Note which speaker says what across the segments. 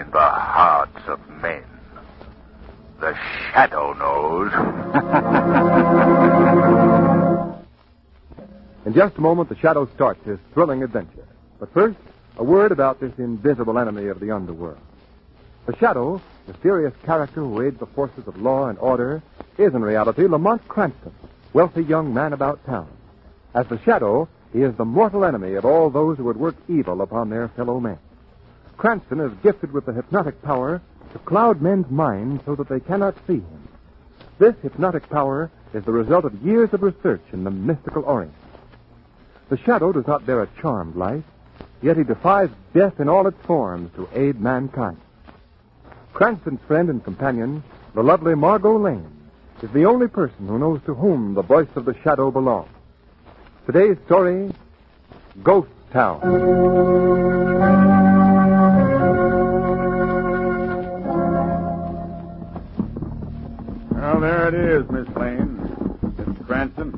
Speaker 1: In just a moment, the Shadow starts his thrilling adventure. But first, a word about this invisible enemy of the underworld. The Shadow, the serious character who aids the forces of law and order, is in reality Lamont Cranston, wealthy young man about town. As the Shadow, he is the mortal enemy of all those who would work evil upon their fellow men. Cranston is gifted with the hypnotic power to cloud men's minds so that they cannot see him. This hypnotic power is the result of years of research in the mystical Orient. The shadow does not bear a charmed life, yet he defies death in all its forms to aid mankind. Cranston's friend and companion, the lovely Margot Lane, is the only person who knows to whom the voice of the shadow belongs. Today's story Ghost Town.
Speaker 2: Well, there it is, Miss Lane. It's Cranston.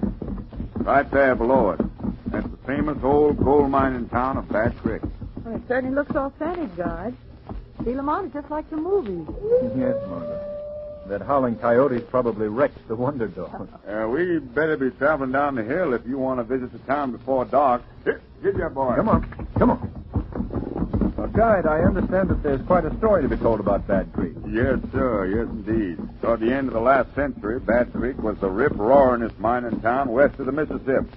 Speaker 2: Right there below it. That's the famous old gold mining town of Bass Creek.
Speaker 3: Well, it certainly looks authentic, Guard. See, Lamont is just like the movie.
Speaker 4: Yes, Margaret. That howling coyote's probably wrecked the Wonder Dog.
Speaker 2: Uh, we better be traveling down the hill if you want to visit the town before dark. Here, give your boy.
Speaker 4: Come on, come on. Now, guide, I understand that there's quite a story to be told about Bad Creek.
Speaker 2: Yes, sir. Yes, indeed. Toward the end of the last century, Bass Creek was the rip roaringest mining town west of the Mississippi.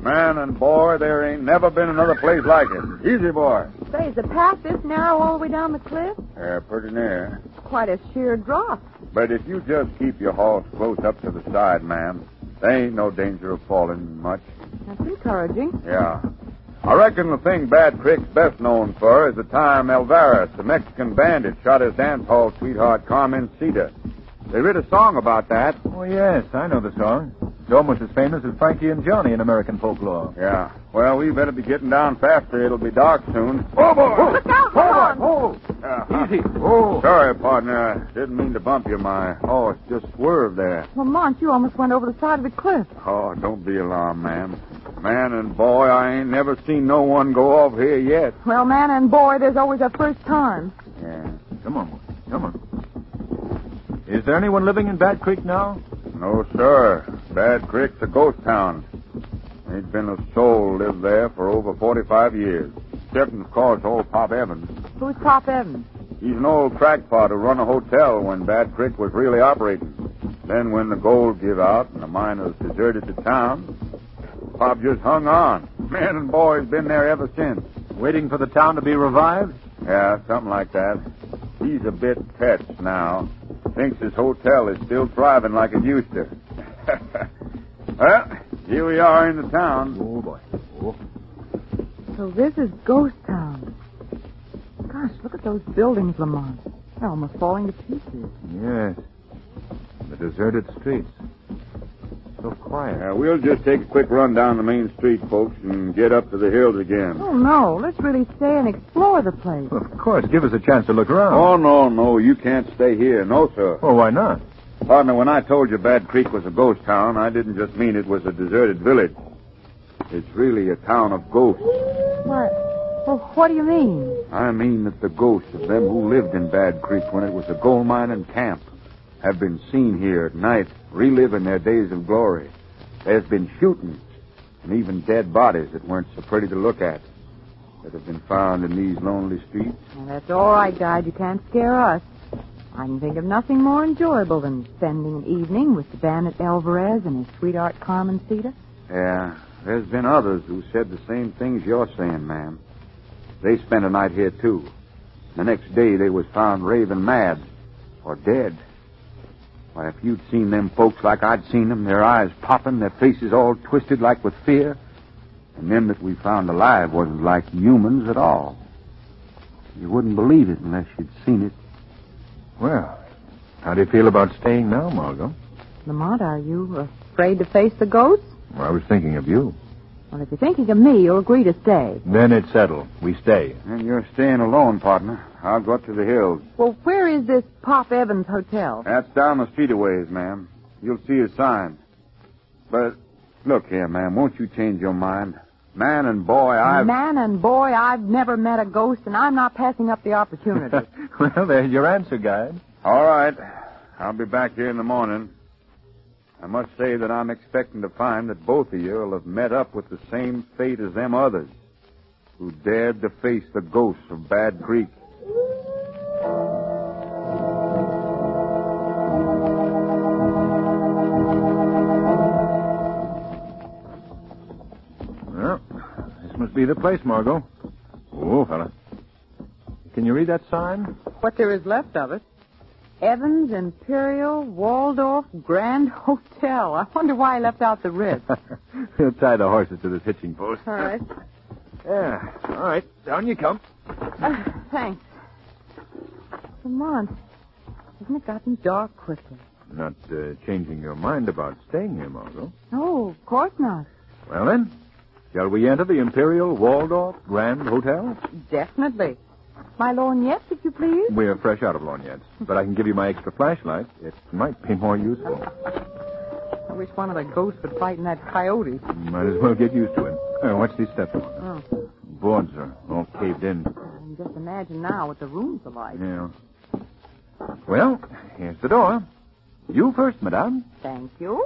Speaker 2: Man and boy, there ain't never been another place like it. Easy, boy.
Speaker 3: Say, is the path this narrow all the way down the cliff?
Speaker 2: Uh, pretty near.
Speaker 3: Quite a sheer drop.
Speaker 2: But if you just keep your horse close up to the side, ma'am, there ain't no danger of falling much.
Speaker 3: That's encouraging.
Speaker 2: Yeah. I reckon the thing Bad Creek's best known for is the time Alvarez, the Mexican bandit, shot his dance hall sweetheart Carmen Cita. They writ a song about that.
Speaker 4: Oh, yes, I know the song. It's almost as famous as Frankie and Johnny in American folklore.
Speaker 2: Yeah. Well, we better be getting down faster. It'll be dark soon. Oh, boy!
Speaker 3: Look out, Lamont!
Speaker 2: Oh! Easy. Oh. Sorry, partner. I didn't mean to bump you. My horse just swerved there.
Speaker 3: Lamont, you almost went over the side of the cliff.
Speaker 2: Oh, don't be alarmed, ma'am. Man and boy, I ain't never seen no one go off here yet.
Speaker 3: Well, man and boy, there's always a first time.
Speaker 2: Yeah.
Speaker 4: Come on, come on. Is there anyone living in Bad Creek now?
Speaker 2: No, sir. Bad Creek's a ghost town. Ain't been a soul lived there for over 45 years. Except, of course, old Pop Evans.
Speaker 3: Who's Pop Evans?
Speaker 2: He's an old crackpot who run a hotel when Bad Creek was really operating. Then when the gold give out and the miners deserted the town, Pop just hung on. Man and boy's been there ever since.
Speaker 4: Waiting for the town to be revived?
Speaker 2: Yeah, something like that. He's a bit touched now. Thinks his hotel is still thriving like it used to. well, here we are in the town.
Speaker 4: Oh, boy.
Speaker 3: So this is Ghost Town. Gosh, look at those buildings, Lamont. They're almost falling to pieces.
Speaker 4: Yes. The deserted streets. So quiet.
Speaker 2: Uh, we'll just take a quick run down the main street, folks, and get up to the hills again.
Speaker 3: Oh, no. Let's really stay and explore the place.
Speaker 4: Well, of course, give us a chance to look around.
Speaker 2: Oh, no, no, you can't stay here. No, sir.
Speaker 4: Oh, why not?
Speaker 2: Partner, when I told you Bad Creek was a ghost town, I didn't just mean it was a deserted village. It's really a town of ghosts.
Speaker 3: What? Well, what do you mean?
Speaker 2: I mean that the ghosts of them who lived in Bad Creek when it was a gold mine and camp have been seen here at night, reliving their days of glory. There's been shootings and even dead bodies that weren't so pretty to look at that have been found in these lonely streets.
Speaker 3: Well, that's all right, Guide. You can't scare us. I can think of nothing more enjoyable than spending an evening with the bandit Alvarez and his sweetheart Carmen Cita.
Speaker 2: Yeah, there's been others who said the same things you're saying, ma'am. They spent a night here, too. The next day, they was found raving mad or dead. Why, if you'd seen them folks like I'd seen them, their eyes popping, their faces all twisted like with fear, and them that we found alive wasn't like humans at all. You wouldn't believe it unless you'd seen it.
Speaker 4: Well, how do you feel about staying now, Margot?
Speaker 3: Lamont, are you afraid to face the ghosts?
Speaker 4: Well, I was thinking of you.
Speaker 3: Well, if you're thinking of me, you'll agree to stay.
Speaker 4: Then it's settled. We stay.
Speaker 2: And you're staying alone, partner. I'll go up to the hills.
Speaker 3: Well, where is this Pop Evans Hotel?
Speaker 2: That's down the street a ways, ma'am. You'll see a sign. But look here, ma'am, won't you change your mind? Man and boy, Uh, I've.
Speaker 3: Man and boy, I've never met a ghost, and I'm not passing up the opportunity.
Speaker 4: well, there's your answer, guide.
Speaker 2: All right. I'll be back here in the morning.
Speaker 5: I must say that I'm expecting to find that both of you will have met up with the same fate as them others who dared to face the ghosts of Bad Creek.
Speaker 2: Well, this must be the place, Margot. Oh, fella. Can you read that sign?
Speaker 3: What there is left of it. Evans Imperial Waldorf Grand Hotel. I wonder why I left out the Ritz.
Speaker 2: We'll tie the horses to this hitching post.
Speaker 3: All right.
Speaker 2: Yeah. All right. Down you come.
Speaker 3: Uh, thanks. Vermont, hasn't it gotten dark quickly?
Speaker 2: Not uh, changing your mind about staying here, Margot.
Speaker 3: No, of course not.
Speaker 2: Well, then, shall we enter the Imperial Waldorf Grand Hotel?
Speaker 3: Definitely. My lorgnette, if you please.
Speaker 2: We're fresh out of lorgnettes, but I can give you my extra flashlight. It might be more useful.
Speaker 3: I wish one of the ghosts would fight in that coyote.
Speaker 2: Might as well get used to it. Uh, Here, watch these steps.
Speaker 3: Oh,
Speaker 2: Boards are all caved in.
Speaker 3: I can just imagine now what the rooms are like.
Speaker 2: Yeah. Well, here's the door. You first, madame.
Speaker 3: Thank you.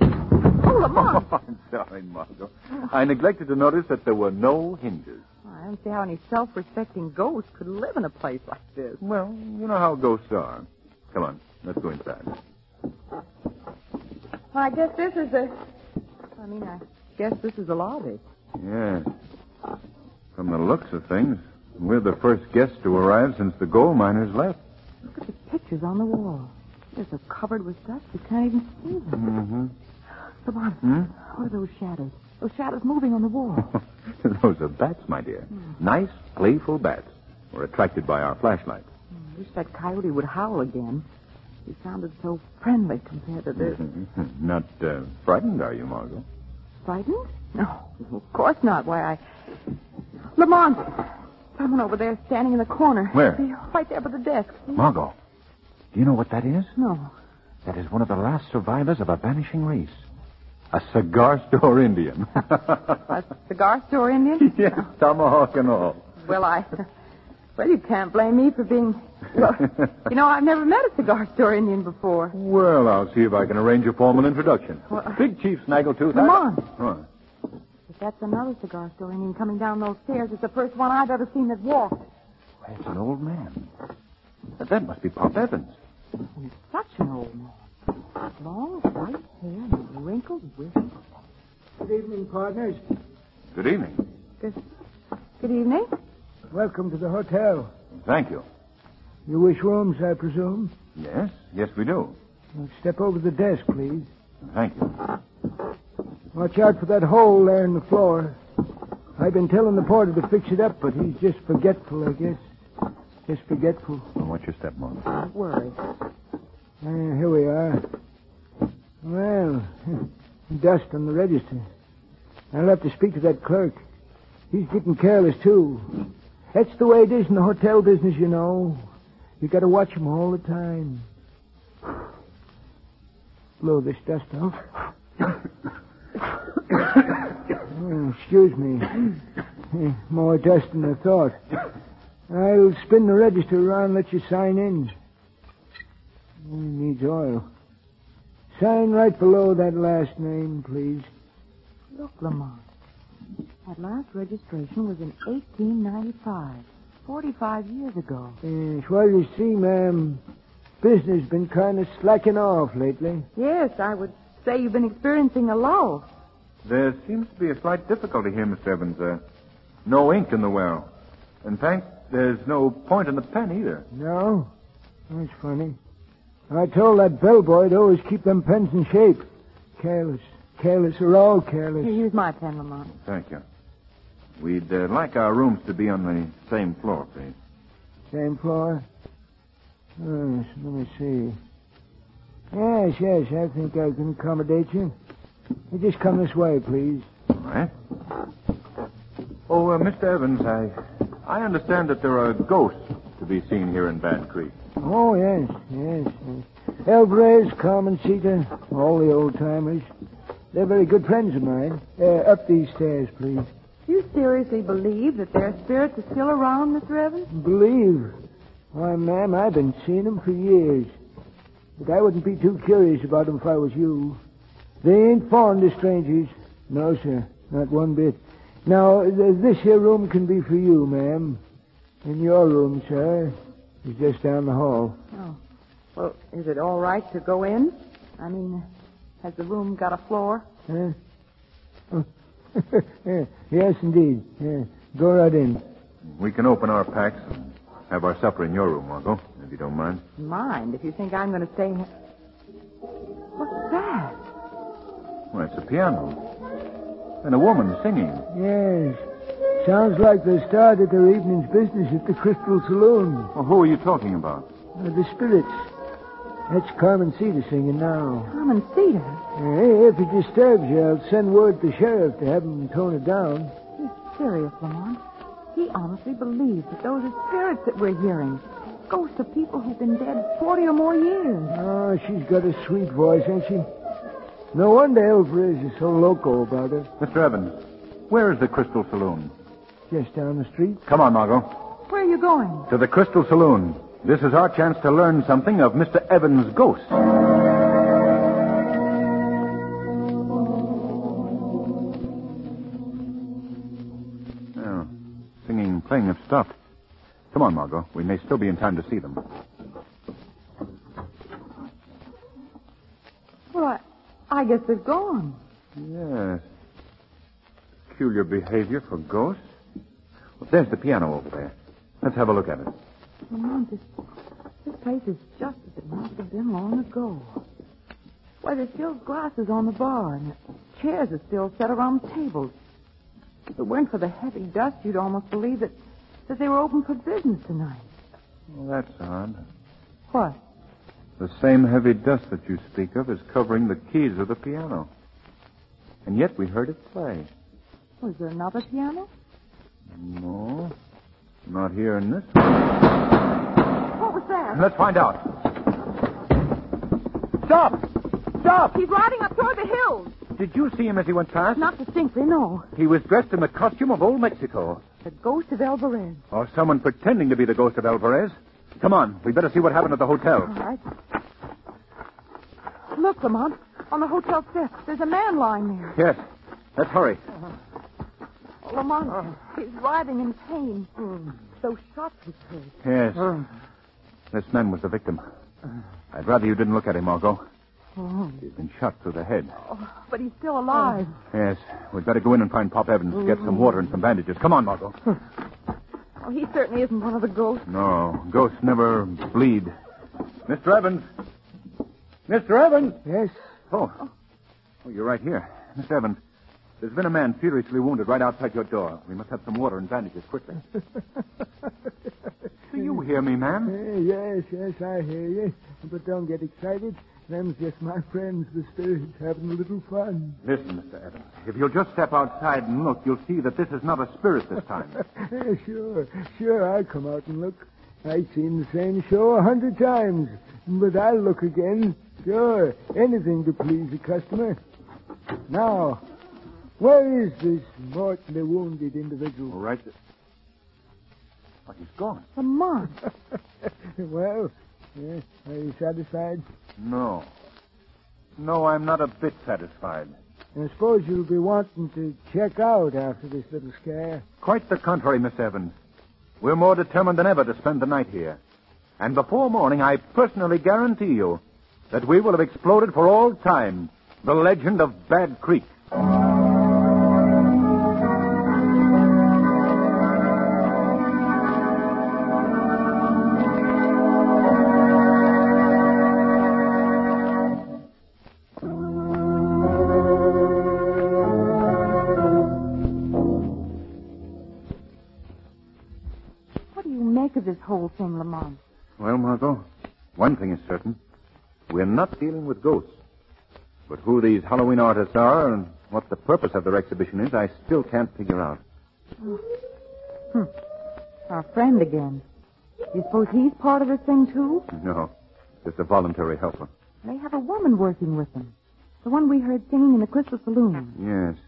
Speaker 3: Oh, Lamont.
Speaker 2: I'm sorry, Margot. I neglected to notice that there were no hinges.
Speaker 3: I don't see how any self-respecting ghost could live in a place like this.
Speaker 2: Well, you know how ghosts are. Come on, let's go inside.
Speaker 3: Well, I guess this is the. I mean, I guess this is the lobby.
Speaker 2: Yes. From the looks of things, we're the first guests to arrive since the gold miners left.
Speaker 3: Look at the pictures on the wall. They're so covered with dust you can't even see them.
Speaker 2: Mm-hmm.
Speaker 3: Come on.
Speaker 2: Hmm?
Speaker 3: What are those shadows? Those shadows moving on the wall.
Speaker 2: Those are bats, my dear.
Speaker 6: Hmm.
Speaker 2: Nice, playful bats. Were attracted by our flashlight.
Speaker 3: I wish that coyote would howl again. He sounded so friendly compared to this.
Speaker 6: Mm-hmm.
Speaker 2: Not uh, frightened, are you, Margot?
Speaker 3: Frightened? No, of course not. Why, I. Lamont! Someone over there standing in the corner.
Speaker 2: Where?
Speaker 3: See, Right there by the desk.
Speaker 6: Mm. Margot, do you know what that is?
Speaker 3: No.
Speaker 6: That is one of the last survivors of a vanishing race. A cigar store Indian.
Speaker 3: A cigar store Indian?
Speaker 2: yes, tomahawk and all.
Speaker 3: well, I. Well, you can't blame me for being. Well, you know, I've never met a cigar store Indian before.
Speaker 2: Well, I'll see if I can arrange a formal introduction.
Speaker 3: Well-
Speaker 2: Big Chief Snaggletooth.
Speaker 3: Come on.
Speaker 2: Huh.
Speaker 3: If that's another cigar store Indian coming down those stairs, it's the first one I've ever seen that walked.
Speaker 6: That's an old man. That must be Pop Evans.
Speaker 3: And such an old man. Long white hair and wrinkled whiskers.
Speaker 7: Good evening, partners.
Speaker 2: Good evening.
Speaker 3: Good, good evening.
Speaker 7: Welcome to the hotel.
Speaker 2: Thank you.
Speaker 7: You wish rooms, I presume?
Speaker 2: Yes, yes, we do.
Speaker 7: Well, step over the desk, please.
Speaker 2: Thank you.
Speaker 7: Watch out for that hole there in the floor. I've been telling the porter to fix it up, but he's just forgetful, I guess. Just forgetful.
Speaker 2: Well, what's your step, Margot?
Speaker 3: Don't worry.
Speaker 7: Uh, here we are. Well, dust on the register. I'll have to speak to that clerk. He's getting careless, too. That's the way it is in the hotel business, you know. You gotta watch 'em all the time. Blow this dust off. Oh, excuse me. Eh, More dust than I thought. I'll spin the register around and let you sign in. Oh, It needs oil. Sign right below that last name, please.
Speaker 3: Look, Lamont. That last registration was in 1895, 45 years ago.
Speaker 7: Yes, well, you see, ma'am, business been kind of slacking off lately.
Speaker 3: Yes, I would say you've been experiencing a lull.
Speaker 2: There seems to be a slight difficulty here, Mr. Evans. Uh, no ink in the well. In fact, there's no point in the pen either.
Speaker 7: No? That's funny. I told that bellboy to always keep them pens in shape. Careless. Careless. They're all careless.
Speaker 3: Here, Here's my pen, Lamont.
Speaker 2: Thank you. We'd uh, like our rooms to be on the same floor, please.
Speaker 7: Same floor? Yes, let me see. Yes, yes, I think I can accommodate you. You just come this way, please.
Speaker 2: All right. Oh, uh, Mr. Evans, I I understand that there are ghosts to be seen here in Bad Creek.
Speaker 7: Oh, yes, yes. yes. Alvarez, Carmen Sita, all the old timers. They're very good friends of mine. Uh, up these stairs, please.
Speaker 3: Do you seriously believe that their spirits are still around, Mr. Evans?
Speaker 7: Believe. Why, ma'am, I've been seeing them for years. But I wouldn't be too curious about 'em if I was you. They ain't foreign to strangers. No, sir. Not one bit. Now, th- this here room can be for you, ma'am. And your room, sir, is just down the hall.
Speaker 3: Oh. Well, is it all right to go in? I mean, has the room got a floor?
Speaker 7: Huh? Oh. Yeah, yes, indeed. Yeah. Go right in.
Speaker 2: We can open our packs and have our supper in your room, Margot, if you don't mind.
Speaker 3: Mind if you think I'm going to stay. What's that?
Speaker 2: Well, it's a piano. And a woman singing.
Speaker 7: Yes. Sounds like they started their evening's business at the Crystal Saloon.
Speaker 2: Well, who are you talking about?
Speaker 7: Uh, the Spirits. That's Carmen Cedar singing now. Uh,
Speaker 3: Common cedar.
Speaker 7: Hey, if it disturbs you, I'll send word to the sheriff to have him tone it down.
Speaker 3: He's serious, Lamont. He honestly believes that those are spirits that we're hearing. Ghosts of people who've been dead 40 or more years.
Speaker 7: Oh, she's got a sweet voice, ain't she? No wonder Elfriz is so loco about her.
Speaker 2: Mr. Evans, where is the Crystal Saloon?
Speaker 7: Just down the street.
Speaker 2: Come on, Margot.
Speaker 3: Where are you going?
Speaker 2: To the Crystal Saloon. This is our chance to learn something of Mr. Evans' ghost. Oh, singing and playing have stopped. Come on, Margot. We may still be in time to see them.
Speaker 3: Well, I, I guess they've gone.
Speaker 2: Yes. Peculiar behavior for ghosts. Well, there's the piano over there. Let's have a look at it.
Speaker 3: Lamont, this, this place is just as it must have been long ago. Why, there's still glasses on the bar, and the chairs are still set around the tables. If it weren't for the heavy dust, you'd almost believe that, that they were open for business tonight.
Speaker 2: Well, that's odd.
Speaker 3: What?
Speaker 2: The same heavy dust that you speak of is covering the keys of the piano. And yet we heard it play.
Speaker 3: Was there another piano?
Speaker 2: No, not here in this one.
Speaker 3: What was that?
Speaker 2: Let's find out. Stop! Stop!
Speaker 3: Oh, He's riding up toward the hills.
Speaker 2: Did you see him as he went past?
Speaker 3: Not distinctly, no.
Speaker 2: He was dressed in the costume of old Mexico.
Speaker 3: The ghost of Alvarez.
Speaker 2: Or someone pretending to be the ghost of Alvarez. Come on, we better see what happened at the hotel.
Speaker 3: All right. Look, Lamont, on the hotel steps, there's a man lying there.
Speaker 2: Yes. Let's hurry.
Speaker 3: Lamont, he's writhing in pain. Those shots he heard.
Speaker 2: Yes. This man was the victim. I'd rather you didn't look at him, Margot. He's been shot through the head.
Speaker 3: Oh, But he's still alive.
Speaker 2: Yes, we'd better go in and find Pop Evans to get some water and some bandages. Come on, Margot.
Speaker 3: Oh, he certainly isn't one of the ghosts.
Speaker 2: No, ghosts never bleed. Mr. Evans! Mr. Evans!
Speaker 7: Yes.
Speaker 2: Oh. Oh, you're right here. Mr. Evans, there's been a man seriously wounded right outside your door. We must have some water and bandages quickly. Do you hear me, ma'am?
Speaker 7: Eh, yes, yes, I hear you. But don't get excited. Them's just my friends, the spirits, having a little fun.
Speaker 2: Listen, Mr. Evans. If you'll just step outside and look, you'll see that this is not a spirit this time.
Speaker 7: Eh, sure, sure, I'll come out and look. I've seen the same show a hundred times, but I'll look again. Sure, anything to please a customer. Now, where is this mortally wounded individual?
Speaker 2: All right. But he's gone.
Speaker 3: Lamont.
Speaker 7: well, eh, are you satisfied?
Speaker 2: No. No, I'm not a bit satisfied.
Speaker 7: I suppose you'll be wanting to check out after this little scare.
Speaker 2: Quite the contrary, Miss Evans. We're more determined than ever to spend the night here. And before morning, I personally guarantee you that we will have exploded for all time the legend of Bad Creek.
Speaker 3: What do you make of this whole thing, Lamont?
Speaker 2: Well, Margot, one thing is certain. We're not dealing with ghosts. But who these Halloween artists are and what the purpose of their exhibition is, I still can't figure out.
Speaker 3: Our friend again. You suppose he's part of this thing, too?
Speaker 2: No, just a voluntary helper.
Speaker 3: They have a woman working with them. The one we heard singing in the Crystal Saloon.
Speaker 2: Yes.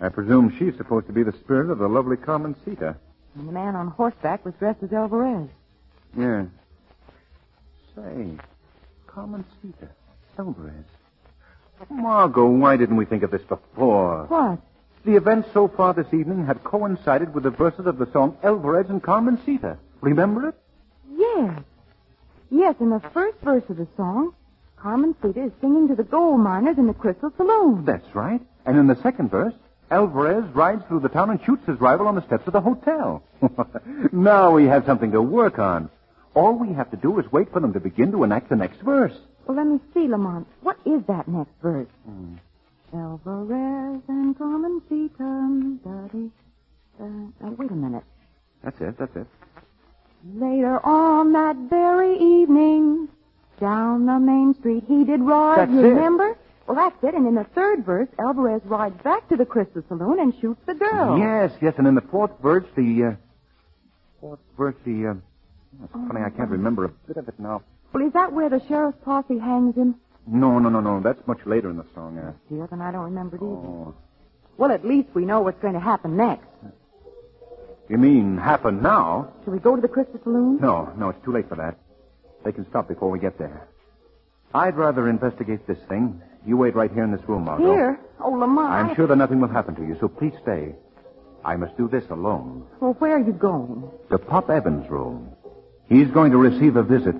Speaker 2: I presume she's supposed to be the spirit of the lovely Carmen Sita.
Speaker 3: And the man on horseback was dressed as Alvarez.
Speaker 2: Yeah. Say, common cedar. Elbrez. Margot, why didn't we think of this before?
Speaker 3: What?
Speaker 2: The events so far this evening have coincided with the verses of the song Alvarez and Carmen Sita. Remember it?
Speaker 3: Yes. Yes, in the first verse of the song, Carmen Theta is singing to the gold miners in the Crystal Saloon.
Speaker 2: That's right. And in the second verse, Alvarez rides through the town and shoots his rival on the steps of the hotel. now we have something to work on. All we have to do is wait for them to begin to enact the next verse.
Speaker 3: Well, let me see, Lamont. What is that next verse?
Speaker 2: Hmm.
Speaker 3: Alvarez and Carmen Theta. daddy. Uh, now, wait a minute.
Speaker 5: That's it, that's it.
Speaker 3: Later on that very evening, down the main street, he did ride,
Speaker 5: That's
Speaker 3: you
Speaker 5: it.
Speaker 3: remember? Well, that's it. And in the third verse, Alvarez rides back to the Crystal Saloon and shoots the girl.
Speaker 2: Yes, yes, and in the fourth verse, the, uh, fourth verse, the, uh, it's funny, I can't remember a bit of it now.
Speaker 3: Well, is that where the sheriff's posse hangs him?
Speaker 2: No, no, no, no, that's much later in the song, uh,
Speaker 3: Dear, then I don't remember it either.
Speaker 2: oh.
Speaker 3: Well, at least we know what's going to happen next.
Speaker 2: You mean happen now?
Speaker 3: Shall we go to the Crystal Saloon?
Speaker 2: No, no, it's too late for that. They can stop before we get there. I'd rather investigate this thing. You wait right here in this room, Margot.
Speaker 3: Here? Oh, Lamont.
Speaker 2: I'm
Speaker 3: I-
Speaker 2: sure that nothing will happen to you, so please stay. I must do this alone.
Speaker 3: Well, where are you going?
Speaker 2: To Pop Evans' room. He's going to receive a visit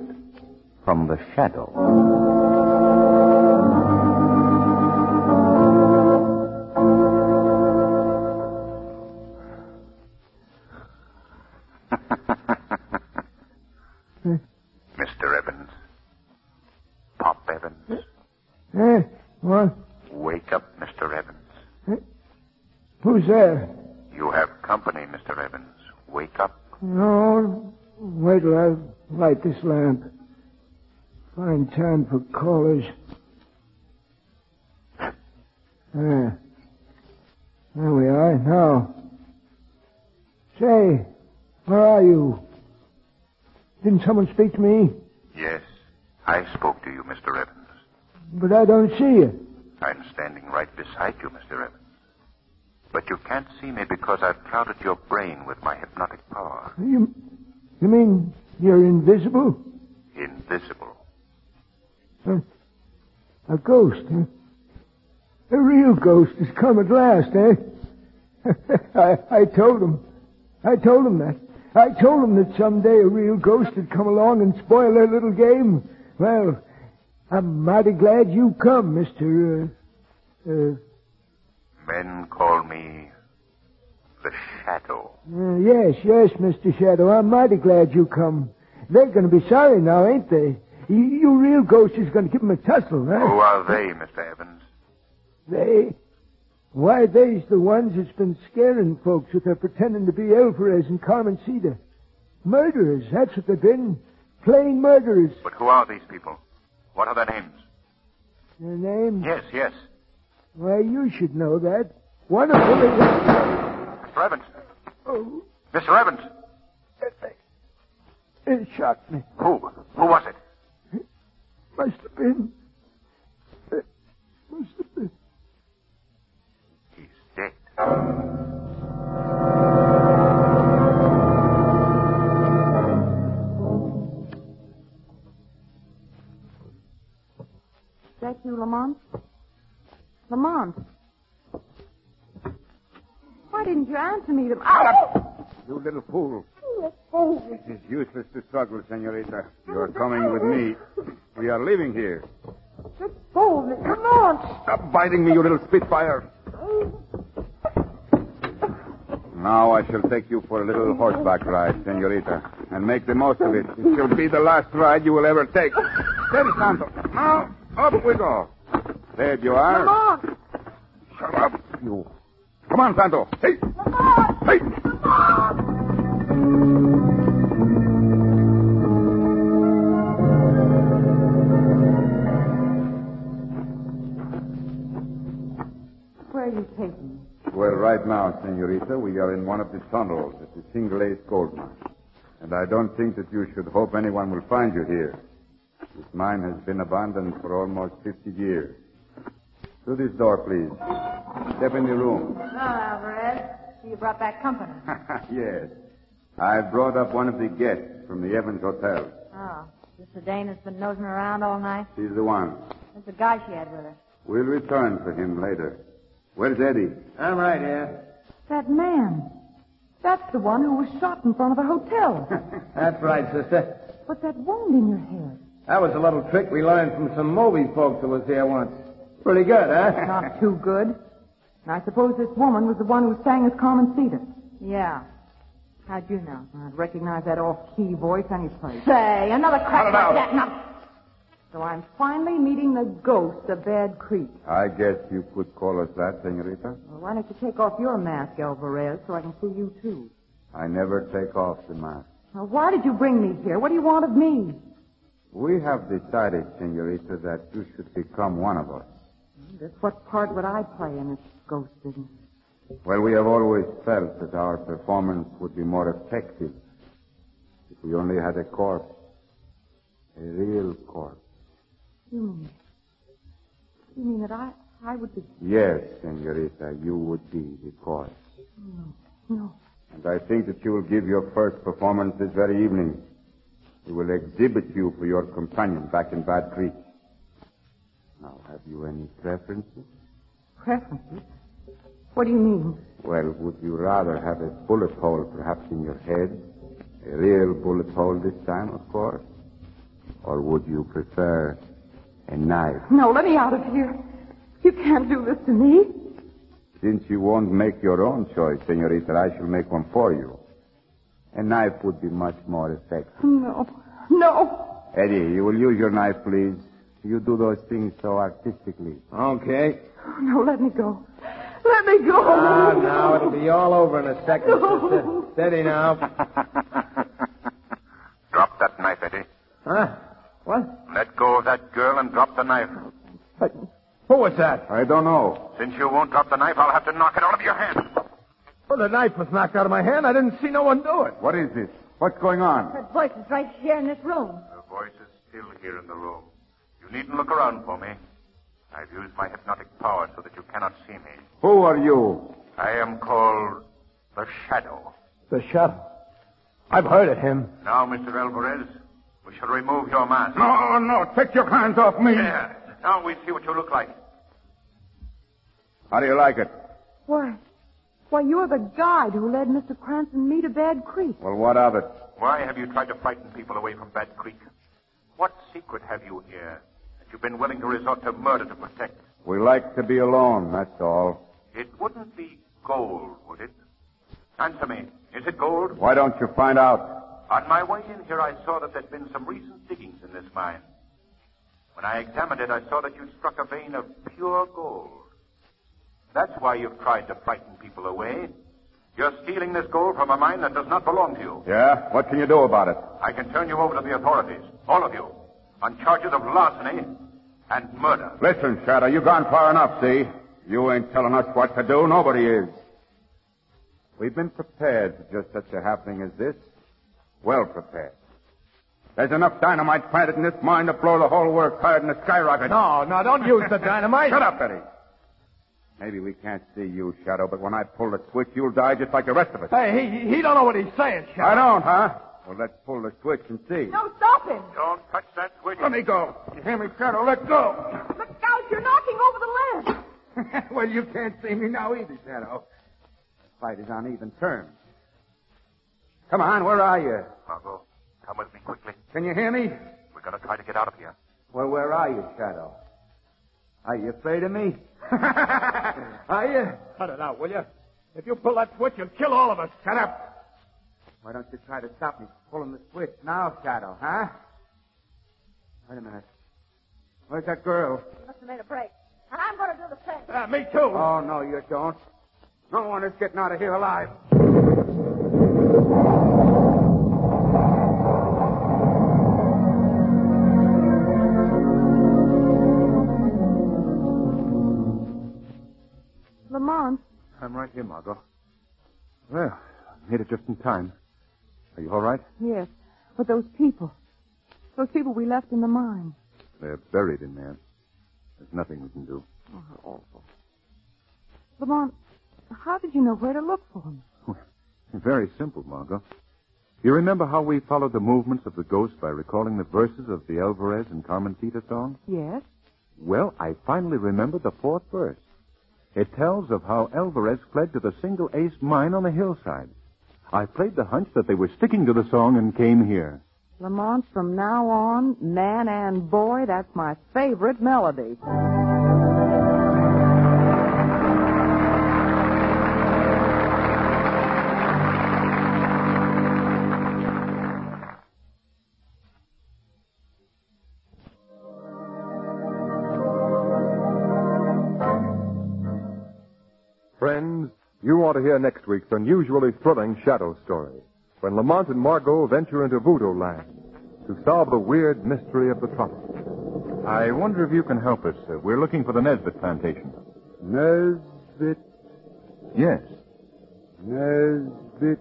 Speaker 2: from the shadow.
Speaker 5: Mr. Evans. Pop Evans.
Speaker 7: Eh? What? Eh,
Speaker 5: Wake up, Mr. Evans.
Speaker 7: Who's there?
Speaker 5: You have company, Mr. Evans. Wake up.
Speaker 7: No. Wait till I light this lamp. Find time for callers. Ah. There we are now. Say, where are you? Didn't someone speak to me?
Speaker 5: Yes, I spoke to you, Mr. Evans.
Speaker 7: But I don't see you.
Speaker 5: I'm standing right beside you, Mr. Evans. But you can't see me because I've clouded your brain with my hypnotic power.
Speaker 7: You, you mean you're invisible?
Speaker 5: Invisible.
Speaker 7: A ghost, huh? A real ghost has come at last, eh? I, I told him. I told him that. I told him that someday a real ghost would come along and spoil their little game. Well, I'm mighty glad you come, Mr. Uh, uh,
Speaker 5: Men call me the Shadow.
Speaker 7: Uh, yes, yes, Mr. Shadow. I'm mighty glad you come. They're going to be sorry now, ain't they? You, you real ghost is going to give 'em a tussle, huh?
Speaker 4: Oh,
Speaker 5: Who are they, Mr. Evans?
Speaker 7: They? Why, they's the ones that's been scaring folks with their pretending to be Alvarez and Carmen Cedar. Murderers, that's what they've been. Plain murderers.
Speaker 5: But who are these people? What are their names?
Speaker 7: Their name?
Speaker 5: Yes, yes.
Speaker 7: Why, you should know that. One of them is...
Speaker 5: Mr. Evans.
Speaker 7: Oh,
Speaker 5: Mr. Evans.
Speaker 7: it shocked me.
Speaker 5: Who? Who was it?
Speaker 7: Must have been... It must have been...
Speaker 5: He's dead.
Speaker 3: Is that you, Lamont? Lamont. Why didn't you answer me? Lam- Ow!
Speaker 5: Ah! You little fool.
Speaker 3: Oh,
Speaker 5: It is useless to struggle, senorita. You are coming with me. We are leaving here.
Speaker 3: it's bold, it's Lamont.
Speaker 5: Stop biting me, you little spitfire. Now I shall take you for a little horseback ride, senorita, and make the most of it. It shall be the last ride you will ever take. Steady, Santo. Now, up we go. There you are.
Speaker 3: Lamont!
Speaker 5: Shut up, you. Come on, Santo. Hey. Hey.
Speaker 3: Where are you taking me?
Speaker 5: Well, right now, senorita, we are in one of the tunnels at the Single Ace Gold Mine. And I don't think that you should hope anyone will find you here. This mine has been abandoned for almost 50 years. Through this door, please. Step in the room.
Speaker 8: Oh,
Speaker 9: Ah,
Speaker 8: Alvarez, you brought back company.
Speaker 3: Ah.
Speaker 5: yes. I brought up one of the guests from the Evans Hotel.
Speaker 8: Oh,
Speaker 9: This Sedane has been nosing around all night.
Speaker 5: She's the one.
Speaker 9: That's the guy she had with her.
Speaker 5: We'll return for him later. Where's Eddie? I'm right here.
Speaker 3: That man. That's the one who was shot in front of the hotel.
Speaker 2: That's right, sister.
Speaker 3: but that wound in your head.
Speaker 2: That was a little trick we learned from some movie folks that was here once. Pretty good, huh?
Speaker 3: Not too good. And I suppose this woman was the one who sang as Carmen Cedar.
Speaker 9: Yeah. How'd you know?
Speaker 3: I'd recognize that off-key voice any place.
Speaker 9: Say, another crack like that. Now,
Speaker 3: So I'm finally meeting the ghost of Bad Creek.
Speaker 5: I guess you could call us that, senorita.
Speaker 3: Well, why don't you take off your mask, Alvarez, so I can see you too?
Speaker 5: I never take off the mask.
Speaker 3: Now, why did you bring me here? What do you want of me?
Speaker 5: We have decided, senorita, that you should become one of us.
Speaker 3: Just what part would I play in this ghost business?
Speaker 5: Well, we have always felt that our performance would be more effective if we only had a corpse. A real corpse.
Speaker 3: You mean? You mean that I I would be?
Speaker 5: Yes, senorita, you would be the corpse.
Speaker 3: No,
Speaker 5: And I think that you will give your first performance this very evening. We will exhibit you for your companion back in Bad Creek. Now, have you any preferences?
Speaker 3: preferences. What do you mean?
Speaker 5: Well, would you rather have a bullet hole perhaps in your head? A real bullet hole this time, of course? Or would you prefer a knife?
Speaker 3: No, let me out of here. You can't do this to me.
Speaker 5: Since you won't make your own choice, senorita, I shall make one for you. A knife would be much more effective.
Speaker 3: No, no.
Speaker 5: Eddie, you will use your knife, please. You do those things so artistically.
Speaker 2: Okay.
Speaker 3: No, let me go. Let me go.
Speaker 2: Ah, now it'll be all over in a second, sister. Steady now.
Speaker 4: Drop that knife, Eddie.
Speaker 2: Huh? What?
Speaker 4: Let go of that girl and drop the knife.
Speaker 2: Who was that?
Speaker 5: I don't know.
Speaker 4: Since you won't drop the knife, I'll have to knock it out of your hand.
Speaker 2: Well, the knife was knocked out of my hand. I didn't see no one do it.
Speaker 5: What is this? What's going on?
Speaker 9: that voice is right here in this room.
Speaker 4: The voice is still here in the room. You needn't look around for me. I've used my hypnotic power so that you cannot see me.
Speaker 5: Who are you?
Speaker 4: I am called the Shadow.
Speaker 2: The shadow. I've heard of him.
Speaker 4: Now, Mr. Alvarez, we shall remove your mask.
Speaker 5: No, no, take your hands off me.
Speaker 4: There. Now we see what you look like.
Speaker 5: How do you like it?
Speaker 3: Why? Why, you're the guide who led Mr. Krantz and me to Bad Creek.
Speaker 5: Well, what of it?
Speaker 4: Why have you tried to frighten people away from Bad Creek? What secret have you here that you've been willing to resort to murder to protect?
Speaker 5: We like to be alone, that's all.
Speaker 4: It wouldn't be gold, would it? Answer me. Is it gold?
Speaker 5: Why don't you find out?
Speaker 4: On my way in here, I saw that there'd been some recent diggings in this mine. When I examined it, I saw that you'd struck a vein of pure gold. That's why you've tried to frighten people away. You're stealing this gold from a mine that does not belong to you.
Speaker 5: Yeah? What can you do about it?
Speaker 4: I can turn you over to the authorities, all of you, on charges of larceny and murder.
Speaker 5: Listen, Shadow, you've gone far enough, see? You ain't telling us what to do. Nobody is. We've been prepared for just such a happening as this. Well prepared. There's enough dynamite planted in this mine to blow the whole works higher than a skyrocket.
Speaker 2: No, no, don't use the dynamite.
Speaker 5: Shut up, Eddie. Maybe we can't see you, Shadow, but when I pull the switch, you'll die just like the rest of us.
Speaker 2: Hey, he, he don't know what he's saying,
Speaker 5: I don't, huh? Well, let's pull the switch and see.
Speaker 3: No, stop him!
Speaker 4: Don't touch that switch.
Speaker 5: Let me go. You hear me, Shadow? Let go.
Speaker 3: Look out, you're knocking over the lamp!
Speaker 5: well, you can't see me now either, Shadow. The fight is on even terms. Come on, where are you?
Speaker 4: Margot, come with me quickly.
Speaker 5: Can you hear me?
Speaker 4: We're going to try to get out of here.
Speaker 5: Well, where are you, Shadow? Are you afraid of me? are you?
Speaker 2: Cut it out, will you? If you pull that switch, you'll kill all of us. Shut up.
Speaker 5: Why don't you try to stop me from pulling the switch now, Shadow, huh? Wait a minute. Where's that girl?
Speaker 9: Must have made a break. And I'm going to do the same.
Speaker 2: Yeah, Ah, me too.
Speaker 5: Oh, no, you don't. No one is getting out of here alive.
Speaker 3: Lamont,
Speaker 4: I'm right here, Margot. Well, I made it just in time. Are you all right?
Speaker 3: yes, but those people, those people we left in the mine.
Speaker 4: They're buried in there. There's nothing we can do.
Speaker 3: Oh, how awful. Lamont, how did you know where to look for them?
Speaker 4: Very simple, Margot.
Speaker 2: You remember how we followed the movements of the ghost by recalling the verses of the Alvarez and Carmencita song?
Speaker 3: Yes?
Speaker 2: Well, I finally remembered the fourth verse. It tells of how Alvarez fled to the single ace mine on the hillside. I played the hunch that they were sticking to the song and came here.
Speaker 3: Lamont, from now on, man and boy, that's my favorite melody.
Speaker 1: Friends, you ought to hear next week's unusually thrilling shadow story when Lamont and Margot venture into voodoo land to solve the weird mystery of the tropics.
Speaker 2: I wonder if you can help us. Uh, we're looking for the Nesbit plantation.
Speaker 10: Nesbit,
Speaker 2: Yes.
Speaker 10: Nesbit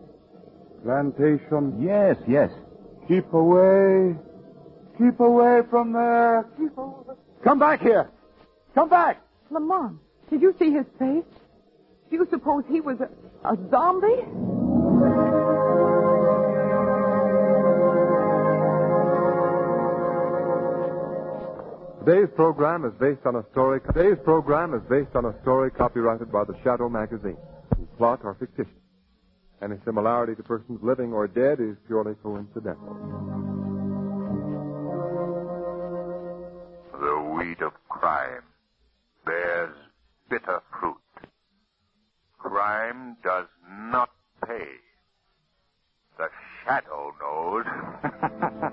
Speaker 10: Plantation.
Speaker 2: Yes, yes.
Speaker 10: Keep away. Keep away from there.
Speaker 1: Come back here! Come back!
Speaker 3: Lamont, did you see his face? Do you suppose he was a, a zombie?
Speaker 1: Today's program is based on a story. Today's program is based on a story copyrighted by the Shadow Magazine. The plot or fictitious. Any similarity to persons living or dead is purely coincidental.
Speaker 4: The weed of crime bears bitter fruit. Crime does not pay. The shadow knows.